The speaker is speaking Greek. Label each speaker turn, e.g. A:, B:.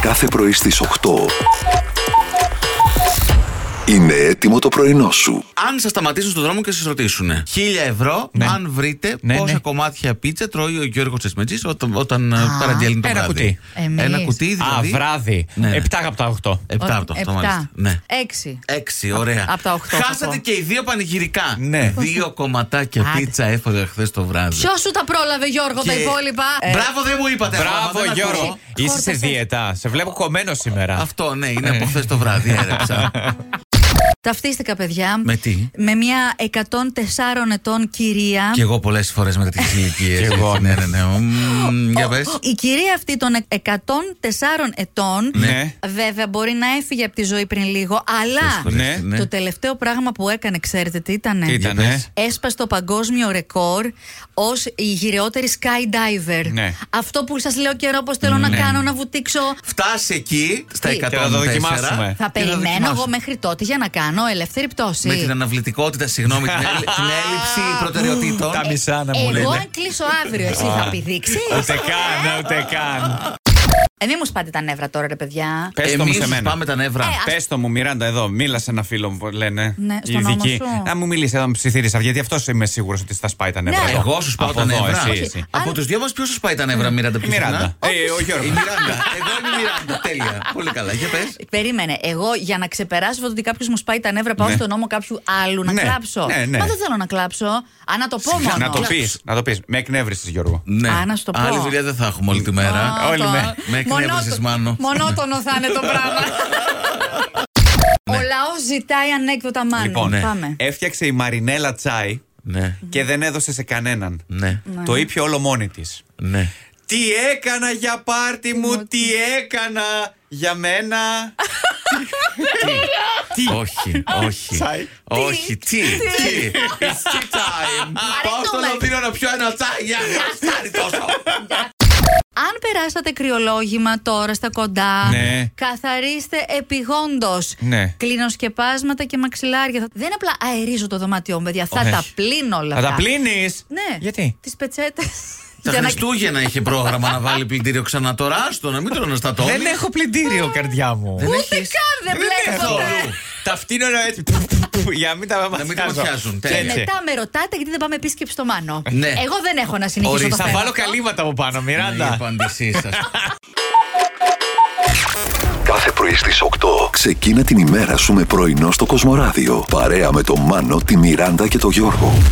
A: κάθε πρωί στις 8. Είναι έτοιμο το πρωινό σου.
B: Αν σα σταματήσουν στον δρόμο και σα ρωτήσουν 1000 ευρώ,
C: Ναι.
B: αν βρείτε
C: Ναι,
B: πόσα
C: ναι.
B: κομμάτια πίτσα τρώει ο Γιώργος Τσεσμετζής όταν, όταν ε,
C: Α,
B: παραγγέλνει το
C: ένα
B: βράδυ.
C: κουτί.
D: Εμείς.
B: Ένα κουτί,
C: Α,
B: δηλαδή.
C: βράδυ.
B: Ναι, ναι.
C: 7 από τα 8.
B: Επτά από το αυτό, μάλιστα. Ναι.
D: Έξι.
B: Έξι, ωραία.
D: απ' τα οχτώ, θα
B: Χάσατε
D: πω.
B: και οι δύο πανηγυρικά.
C: Ναι.
B: Δύο κομματάκια
D: Άντε.
B: πίτσα έφαγα χθες το βράδυ.
D: Ποιος σου τα πρόλαβε, Γιώργο, τα
B: Και- Ε,
D: υπόλοιπα.
B: Μπράβο, δεν μου είπατε. ακόμα,
C: Μπράβο,
B: δεν ακούω.
C: Γιώργο. Είσαι σε
D: Χόρτασες.
C: δίαιτα. Σε βλέπω κομμένο σήμερα.
B: Αυτό, ναι, είναι από χθες το βράδυ. Έρεψα.
D: Ταυτίστηκα, παιδιά.
B: Με τι?
D: Με μια 104 ετών κυρία.
B: Κι εγώ πολλές φορές με τέτοιε ηλικίες.
C: Κι εγώ,
B: Ναι, ναι, ναι. Μμμ, Για πες.
D: Η κυρία αυτή των 104 ετών.
C: Ναι.
D: Βέβαια, μπορεί να έφυγε από τη ζωή πριν λίγο, αλλά
C: Ναι.
D: το τελευταίο πράγμα που έκανε, ξέρετε τι ήτανε.
C: Τι ήτανε?
D: Έσπασε το παγκόσμιο ρεκόρ ως η γυρεότερη skydiver.
C: Ναι.
D: Αυτό που σας λέω καιρό, πώς θέλω
B: Ναι.
D: να κάνω, να βουτήξω.
B: Φτάσεις εκεί στα 104.
D: Τι?
C: Και θα το δοκιμάσουμε.
B: και
D: Θα
B: να
D: περιμένω εγώ
B: δοκιμάσω.
D: μέχρι τότε για να κάνω ελεύθερη πτώση.
B: Με την αναβλητικότητα, συγγνώμη, την, έλ- την έλλειψη προτεραιοτήτων.
C: Τα μισά να μου
D: Εγώ
C: λένε.
D: αν κλείσω αύριο, εσύ θα πηδήξεις.
C: Ούτε
B: Ε,
C: καν, ούτε καν.
D: Ε, μην μου σπάτε τα νεύρα τώρα, ρε παιδιά.
C: Πες το μου
B: Εμείς
C: σε
B: τους
C: μένα.
B: πάμε τα νεύρα.
D: Ε, ας-
C: Πες το μου, Μιράντα, εδώ. Μίλα σε ένα φίλο μου που λένε.
D: Ναι,
C: οι
D: στον ώμο
C: ειδικοί.
D: σου.
C: Να μου μιλήσεις, να μου ψιθύρισα. Γιατί αυτός είμαι σίγουρος ότι θα σπάει τα νεύρα.
D: Ναι.
B: εγώ σου πάω
C: Από
B: τα
C: εδώ,
B: νεύρα.
C: εσύ,
B: Όχι. ναι.
C: εσύ.
B: Από τους δύο μας, ποιος σου πάει τα νεύρα, Μιράντα,
C: Η
B: πιο
C: Μιράντα.
B: συχνά?
C: Ε, ο
B: Η
C: Γιώργο.
B: Μιράντα. Εγώ είμαι η Μιράντα. Τέλεια. Πολύ καλά. Για πες.
D: Περίμενε. Εγώ για να ξεπεράσω ότι κάποιος μου σπάει τα νεύρα, πάω
C: Ναι.
D: στον νόμο κάποιου άλλου να
C: Ναι,
D: κλάψω.
C: ναι, ναι.
D: Μα δεν θέλω να κλάψω. Α, να το πω
B: Σιγά,
D: μόνο.
C: Να το
B: Κλάψου.
C: πεις, να το πεις. Με εκνεύρισες, Γιώργο.
B: Ναι.
D: Α, να σου το πω.
B: Άλλη δουλειά δεν θα έχουμε όλη τη μέρα.
D: Α,
C: Όλοι
D: το-
C: με-
B: με εκνεύρισες,
D: Μονότο-
B: Μάνο.
D: Μονότονο θα είναι το πράγμα. Ο λαός ζητάει ανέκδοτα μάλλον.
C: Ναι. Λοιπόν,
B: ναι.
D: Πάμε.
C: έφτιαξε η Μαρινέλα τσάι
B: Ναι.
C: και δεν έδωσε σε κανέναν.
B: Ναι.
C: Το ήπια όλο μόνη της.
B: Ναι.
C: Τι έκανα για πάρτι μου, τι έκανα για μένα. Τι.
B: Όχι, όχι.
C: Τσάι.
B: όχι, τι, τι.
C: It's tea time.
B: Πάω στο
D: Αρετούμε.
B: Λονδίνο να πιω ένα τσάι για να φτάνει τόσο.
D: Αν περάσατε κρυολόγημα τώρα στα κοντά,
C: Ναι.
D: καθαρίστε επιγόντως.
C: Ναι.
D: Κλινοσκεπάσματα και μαξιλάρια. Δεν απλά αερίζω το δωμάτιό μου, παιδιά. Θα
C: Όχι.
D: τα πλύνω όλα.
C: Θα τα
D: αυτά.
C: πλύνεις.
D: Ναι.
C: Γιατί.
D: Τις πετσέτες.
B: Τα Χριστούγεννα είχε πρόγραμμα να βάλει πλυντήριο ξανά τώρα. Άστο να μην τον αναστατώνεις.
C: Δεν έχω πλυντήριο, καρδιά μου.
D: Ούτε καν δεν βλέπω
C: καθόλου.
D: ποτέ.
C: Τα φτύνω να έτσι. Για να μην τα
B: μην τα
C: ματιάζω.
B: ματιάζουν,
C: Έτσι.
B: τέλεια.
D: Μετά Ναι, με ρωτάτε γιατί δεν πάμε επίσκεψη στο Μάνο.
B: Ναι.
D: Εγώ δεν έχω να συνεχίσω
B: Ορίστε,
D: το
C: Θα
D: θέμα.
C: βάλω καλύματα από πάνω,
B: Ναι, Η
C: Μιράντα.
B: απάντησή σα.
A: Κάθε πρωί στις 8. Ξεκίνα την ημέρα σου με πρωινό στο Κοσμοράδιο. Παρέα με τον Μάνο, τη Μιράντα και τον Γιώργο.